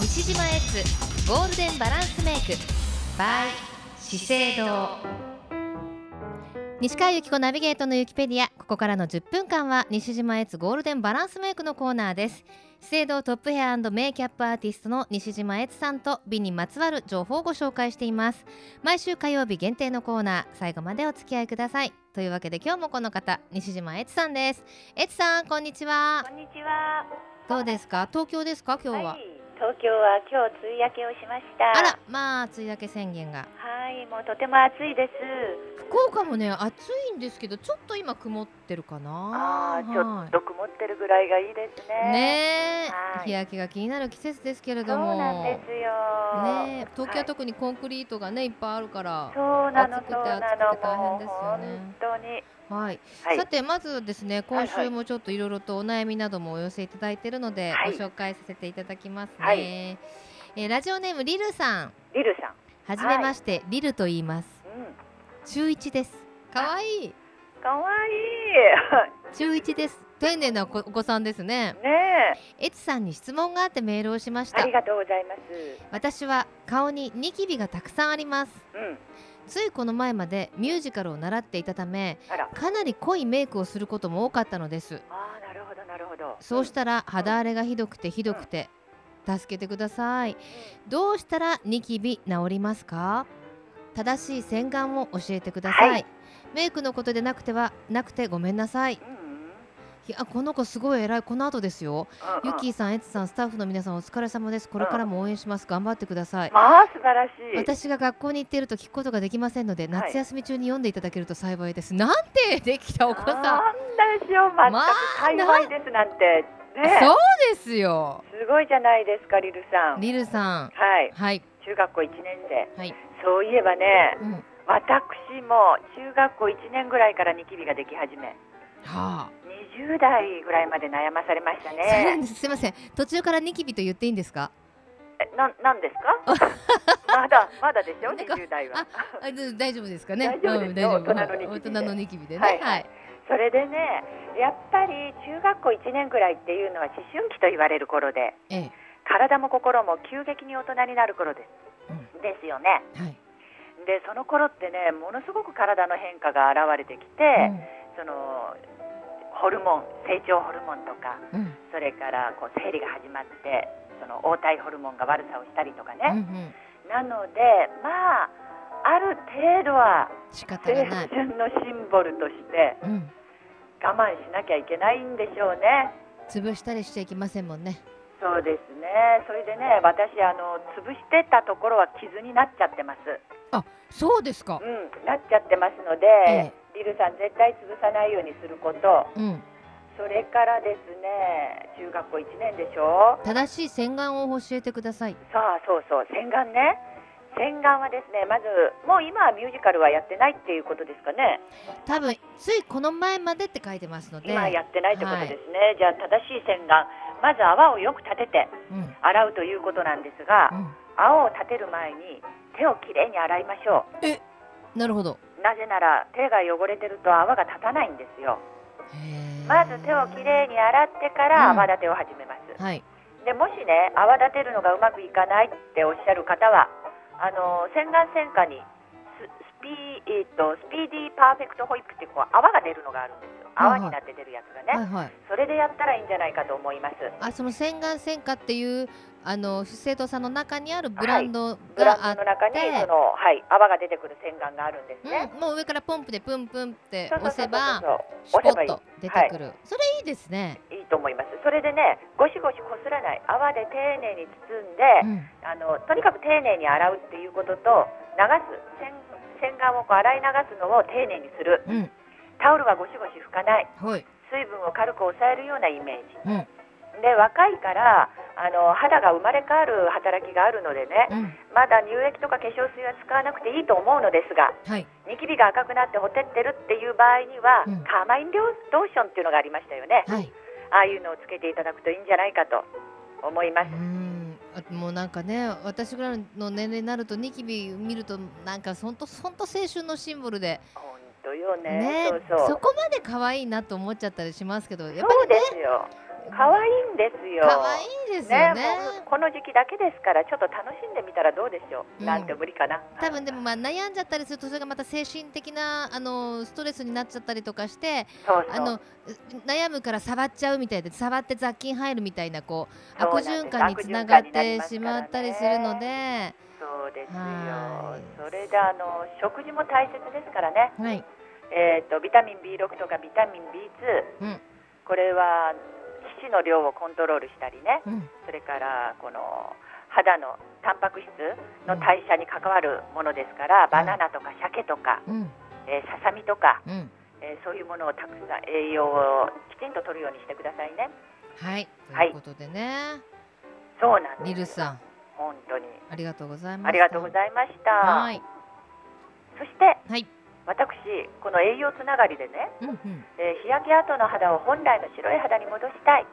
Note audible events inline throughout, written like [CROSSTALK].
西島エッツゴールデンバランスメイク by 資生堂西川由紀子ナビゲートのユキペディアここからの10分間は西島エッツゴールデンバランスメイクのコーナーです資生堂トップヘアメイキャップアーティストの西島悦さんと美にまつわる情報をご紹介しています毎週火曜日限定のコーナー最後までお付き合いくださいというわけで今日もこの方西島悦さんです悦さんこんにちはこんにちは。どうですか東京ですか今日は、い、東京は今日梅雨明けをしました。あらまあ梅雨明け宣言がはい、もうとても暑いです。福岡もね暑いんですけどちょっと今曇ってるかなああ、ちょはっいと曇ってるぐらいがいいですね。ね。ねえ、はい日焼けが気になる季節ですけれそどうもなんですよ。ねえ東京は特にコンクリートがねいっぱいあるからそうなの、暑くてそうなの暑くて、大変もでうすよ本ね当に。はい、はい。さてまずですね今はい週もちょっといろいろとお悩みなどもお寄せいただいているので、はいご紹介させていただきますね、はいえーラジオネームリルさんリルさん。はじめまして、リルと言いますうん。中一です可愛いい可愛中一です丁寧なお子お子さんですねいい。 [LAUGHS] ねエツさんに質問があってメールをしましえ。あたりがとうございます。私は顔にニキビがたくさんありますうん。ついこの前までミュージカルを習っていたためあら。かなり濃いメイクをすることも多かったのですああ、なるほど、なるほど。そうしたら肌荒れがひどくてひどくて助けてくださいどうしたらニキビ治りますか正しい洗顔を教えてください、はいメイクのことでなくてはなくてごめんなさいうん。うん。うん。いやこの子すごい偉いこの後ですようんゆきーさん、えつさん、スタッフの皆さん、お疲れ様です。これからも応援します。頑張ってください。まあ、素晴らしい。私が学校に行っていると聞くことができませんので、はい夏休み中に読んでいただけると幸いです。なんてできたお子さん。なんでしょう、全まく幸いですなんて。ねそうですよ。え、すごいじゃないですか、リルさん。リルさん。はい、はい。中学校1年生。はい。そういえばね、うん。は私も中学校1年ぐらいからニキビができ始め、あ。 20代ぐらいまで悩まされましたそうなんね。です。すみません。途中からニキビと言っていいんです [LAUGHS] か。えななんです [LAUGHS] かまだ、まだでしなょ、んか20代は。あ、で大丈夫ですかね。大丈夫ですようん大丈夫大人のニキビではい大人のニキビでね。は。はいいそれでね、やっぱり中学校1年ぐらいっていうのは思春期と言われる頃で、ええ。体も心も急激に大人になる頃です。うですよね。はい。でその頃ってねものすごく体の変化が現れてきて、そのホルモン成長ホルモンとかうん。うん。それからこう生理が始まってその黄体ホルモンが悪さをしたりとかうん。うね、ん。なのでまあある程度は仕方青がない。春のシンボルとしてうん。我慢しなきゃいけないんでしょうね。潰したりしちゃいけませんもんね。そうですねそれでね私あの潰してたところは傷になっちゃってます。そうですか。うん、なっちゃってますので、ええリルさん絶対潰さないようにすることうん。それからですね中学校1年でしょ正しい洗顔を教えてください。さあそうそう洗顔ね洗顔はですねまずもう今はミュージカルはやってないっていうことですかね多分ついこの前までって書いてますので。今やってないってことですね、じゃあ正しい洗顔まず泡をよく立ててうん。うん。洗うということなんですが泡を立てる前に手をきれいに洗いましょうなるほど。なぜなら手が汚れてると泡が立たないんですよへーまず手をきれいに洗ってかうんら泡立てを始めます、はい。でもしね泡立てるのがうまくいかないっておっしゃる方はあの洗顔専科にススピ,、えっとスピーディーパーフェクトホイップってこう泡が出るのがあるんですよはいはい泡になって出るやつがはね、いはい。それでやったらいいんじゃないかと思いますあ、その洗顔洗顔っていうあの資生堂さんの中にあるブランドブラがあっンドの中にでその、はい、泡が出てくる洗顔があるんですね、うん、もう上からポンプでプンプンってそう押そうそうせばシュそうそうポッ押せばいいと出てくる。それいいですね。いいと思いますそれでねゴシゴシこすらない泡で丁寧に包うんで、ん。あのとにかく丁寧に洗うっていうことと流す洗洗顔をこう洗い流すのを丁寧にするうん。タオルはゴシゴシ拭かないはい。水分を軽く抑えるようなイメージうん。うん。で若いからあの肌が生まれ変わる働きがあるのでねまだ乳液とか化粧水は使わなくていいと思うのですがはい。ニキビが赤くなってほてってるっていう場合には、うんカーマインローションっていうのがありましたよねはい。ああいうのをつけていただくといいんじゃないかと思いまうす、んあもうなんかね私ぐらいの年齢になるとニキビ見るとなんかほんとほんと青春のシンボルで、本当よねねそうそうこまで可愛いなと思っちゃったりしますけどやっぱそうりねですよ可愛いんですよ。可愛いですよねもうこの時期だけですからちょっと楽しんでみたらどうでしょう、うんなんて無理かな多分でもまあ悩んじゃったりするとそれがまた精神的なあのストレスになっちゃったりとかしてそうあそうのう悩むから触っちゃうみたいで触って雑菌入るみたいなこうそう悪なんです循環につながっ悪循環にてなりますからねしまったりするので、そうですよはそれであの食事も大切ですからね、はい、えー、とビタミン B6 とかビタミンう B2、んこれは皮脂の量をコントロールしたりねうん、それからこの肌のタンパク質の代謝に関わるものですから、バナナとか鮭とか、うん、えーささみとか、うん、えーそういうものをたくさん栄養をきちんと取るようにしてくださいね。はい、とはいいうことでね、そうなんニでルす。さん、本当にありがとうございます。ありがとうごいざいましはた。い、そしてはい、私この栄養つながりでね、うん、うん、えー日焼け跡の肌を本来の白い肌に戻したい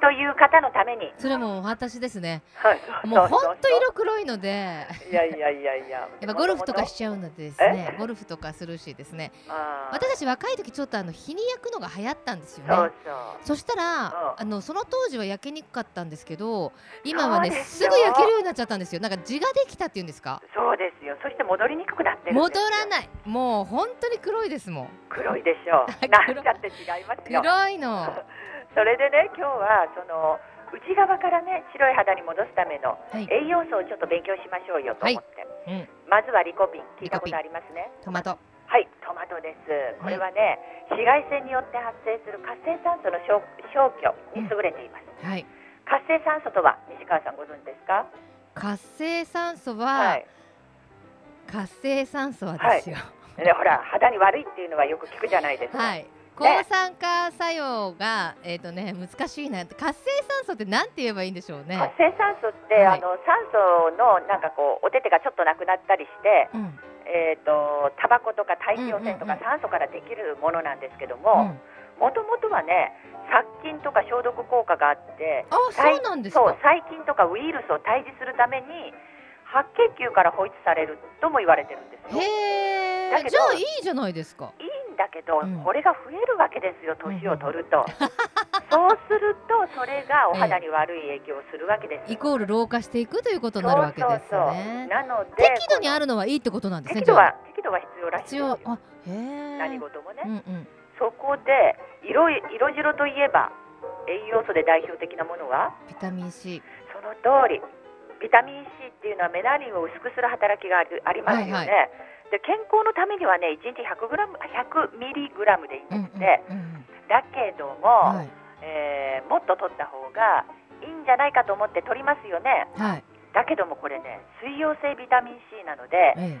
という方のために、それもお私ですね。はいもう本当色黒いので。いやいやいやいや。やっぱゴルフとかしちゃうのでですね、ゴルフとかするしですね、あー私たち若い時ちょっとあの日に焼くのが流行ったんですよね。そうそう。そしたら、うんあのその当時は焼けにくかったんですけど今はねそうですすよぐ焼けるようになっちゃったんですよなんか地ができたっていうんですかそうですよ。そして戻りにくくなってるんです戻よ。らないもう本当に黒いですもん黒いでしょ。[LAUGHS] 黒いうなんちゃって違いますよ。黒いのはそれでね今日はその内側からね白い肌に戻すためのい、栄養素をちょっと勉強しましょうよと思って、うん、まずはリコピン聞いたこリコピンとありますねトマトはいトマトですこれはね、紫外線によって発生する活性酸素の消消去に優れています、はい活性酸素とは西川さんご存知ですか活性酸素は、はい、活性酸素はですよね、ほら肌に悪いっていうのはよく聞くじゃないですか、はい、抗酸化作用がえっ、とね難しいな活性酸素ってなんて言えばいいんでしょうね活性酸素って、はいあの酸素のなんかこうお手手がちょっとなくなったりして、うん、えー、とタバコとか大気汚染とうんうんうんか酸素からできるものなんですけどうもんもともとはね殺菌とか消毒効果があってあそうなんですそうか細菌とかウイルスを退治するために白血球から放出されるとも言われてるんですよ。へいえだけどじゃあいいじゃないですかいんだけど、うんこれが増えるわけですよ年を取ると、そうするとそれがお肌に悪い影響をするわけですイコール老化していくということになるわけですそうそうそうね。なので適度にあるのはいいってことなんですね。適度は適度は必要じゃあらし必いですよ要あへえ。何事もね、うんうん。そこで色い色白といえば栄養素で代表的なものはビタミン C。その通りビタミン C っていうのはメラニンを薄くする働きがあるありますよね、はいで健康のためにはね1日 100, グラム100ミリグラムでいいうんんうんですっうて、んうん。だけども、はいえーもっと取った方がいいんじゃないかと思って取りますよねはい。だけどもこれね水溶性ビタミン C なので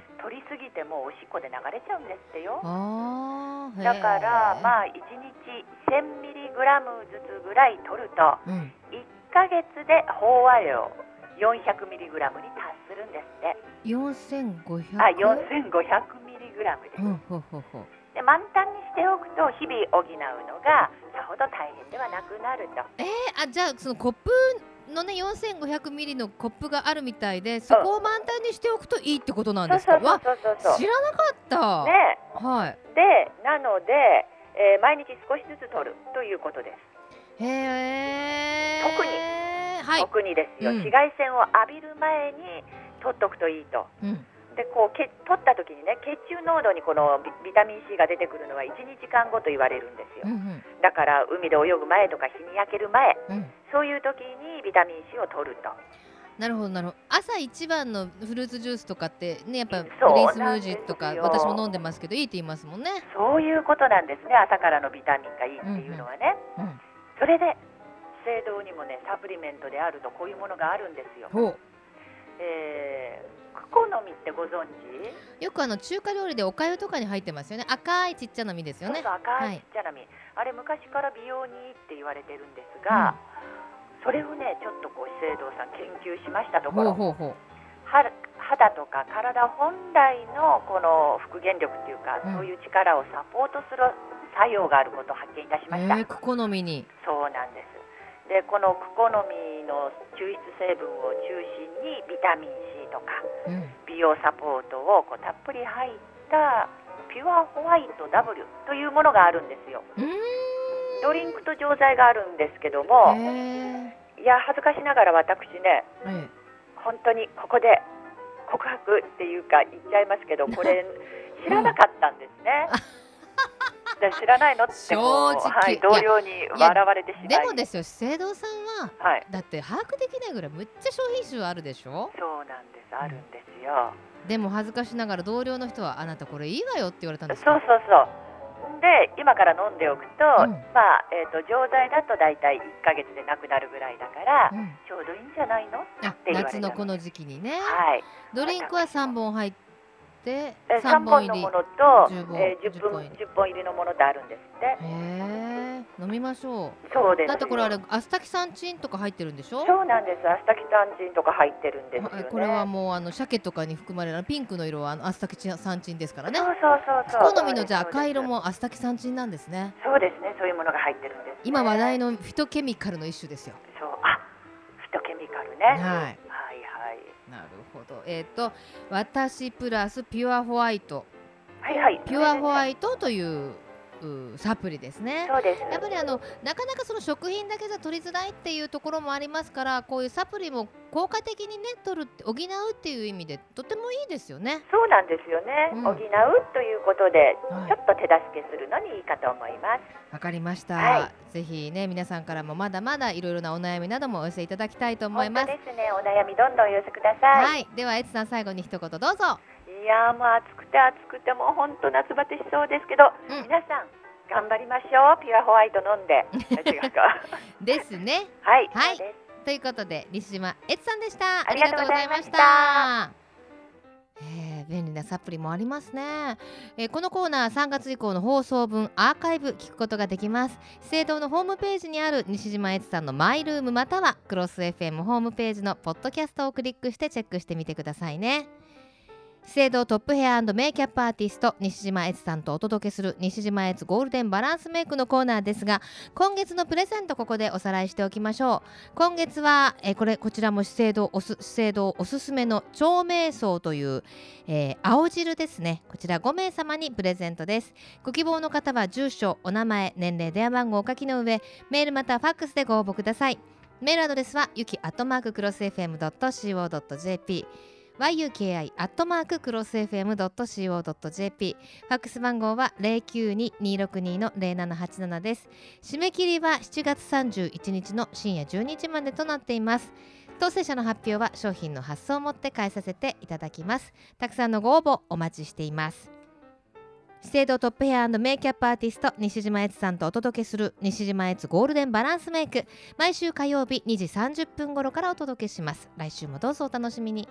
ええ。取りすぎてもうおしっこで流れちゃうんですってよああ。だからあ。まあ1日1000ミリグラムずつぐらい取るとうん。 1ヶ月で飽和量400ミリグラムに達するんですって四千五百。あ4500ミリグラムです、うんほうほうほう。で満タンにしておくと日々補うのがさほど大変ではなくなるとえー、あじゃあそのコップのね四千五百ミリのコップがあるみたいでそこを満タンにしておくといいってことなんですか。そうそうわそうそうそう知らなかった。ねはい。でなので、えー毎日少しずつ取るということです、へえ。特にはい。特にですよ、うん紫外線を浴びる前に取っとくといいとうん。でこうけ取った時にね血中濃度にこのビビタミン C が出てくるのは1、2時間後と言われるんですうんうんよだから海で泳ぐ前とか日に焼ける前うん。そういう時にビタミン C を取るとなるほどなるほど朝一番のフルーツジュースとかってねやっぱグリそうーンスムージーとかなんで私すよも飲んでますけどいいって言いますもんね、そういうことなんですね朝からのビタミンがいいっていうのはね、うん、それで資生堂にもねサプリメントであるとこういうものがあるんですよ、ほうえー、クコの実ってご存知よくあの中華料理でおかゆとかに入ってますよね赤いちっちゃな実ですよねそうそう赤いちっちゃな実、あれ昔から美容にいいって言われてるんですが、それをねちょっとこう資生堂さん研究しましたとこほうろほうほうは肌とか体本来のこの復元力っていうか、うんそういう力をサポートする作用があることを発見いたしました、えー、好みにそうなんですでこのクコの実の抽出成分を中心にビタミン C とかうん美容サポートをこうたっぷり入ったピュアホワイト W というものがあるんですようーんドリンクと錠剤があるんですけども、えいや恥ずかしながら私えね本当にここで告白っていうか言っちゃいま [LAUGHS] すけどこれ知らなかったんですね。で知らないのってこう、正直はいい、や同僚に笑われてしまいでもですよ資生堂さんははい、だって把握できないぐらいむっちゃ商品集あるでしょそうなんですあるんですよ。でも恥ずかしながら同僚の人はあなたこれいいわよって言われたんですそかうそうそうで今から飲んでおくと、うんまあえー、と錠剤だと大体1か月でなくなるぐらいだから、うんちょうどいいんじゃないのはあ言われた夏のこの時期にねいドリンクは3本入ってえ3 3本本入のりものと10本えー、10, 分10 10本入りのものとあるんですってへえ飲みましょそうでうすだってこれあれアスタキサンチンとか入ってるんでしょそうなんですアスタキサンチンとか入ってるんですよはいねこれはもうあの鮭とかに含まれるピンクの色はあのアスタキサンチンですからねそうそうそうそう好みのじゃあ赤色そもアスタキサンチンなんですねうですねそういうものが入ってるんですね、今話題のフィトケミカルの一種ですよそうあフィトケミカルねはいはいはいなるほどえっ、と私プラスピュアホワイトはいはいピュアホワイイトといううサプリですねそうですやっぱりあのなかなかその食品だけじゃ取りづらいっていうところもありますからこういうサプリも効果的にね取るって補うっていう意味でとてもいいですよね。そうなんですよね、うん補うということで、はいちょっと手助けするのにいいかと思いますわかりました、はぜひね皆さんからもまだまだいろいろなお悩みなどもお寄せいただきたいと思います。本当ですねお悩みどんどんお寄せください、はい、ではエツさん最後に一言どうぞ。いやーもう暑くて暑くてもう本当夏バテしそうですけど、うん皆さん頑張りましょうピュアホワイト飲 [LAUGHS] んで違うかですね。はい、はいそうですということで西島エツさんでした。ありがとうございまありがとしたうございました。えー便利なサプリもありますね、えーこのコーナー3月以降の放送分アーカイブ聞くことができます資生堂のホームページにある西島エツさんのマイルームまたはクロス FM ホームページのポッドキャストをクリックしてチェックしてみてくださいね資生堂トップヘアメイキャップアーティスト西島エツさんとお届けする西島エツゴールデンバランスメイクのコーナーですが今月のプレゼントここでおさらいしておきましょう今月は、えーこれこちらも資生堂おす資生堂おすすめの長命草という、えー青汁ですねこちら5名様にプレゼントですご希望の方は住所お名前年齢電話番号をお書きの上メールまたはファックスでご応募くださいメールアドレスはゆきアットマーククロス FM.co.jp yuki アットマーククロス FM.co.jp ファックス番号は092-262-0787です締め切りは7月31日の深夜12時までとなっています当選者の発表は商品の発送をもって返させていただきますたくさんのご応募お待ちしています資生堂トップヘアメイキャップアーティスト西島悦さんとお届けする西島悦ゴールデンバランスメイク毎週火曜日2時30分頃からお届けします来週もどうぞお楽しみに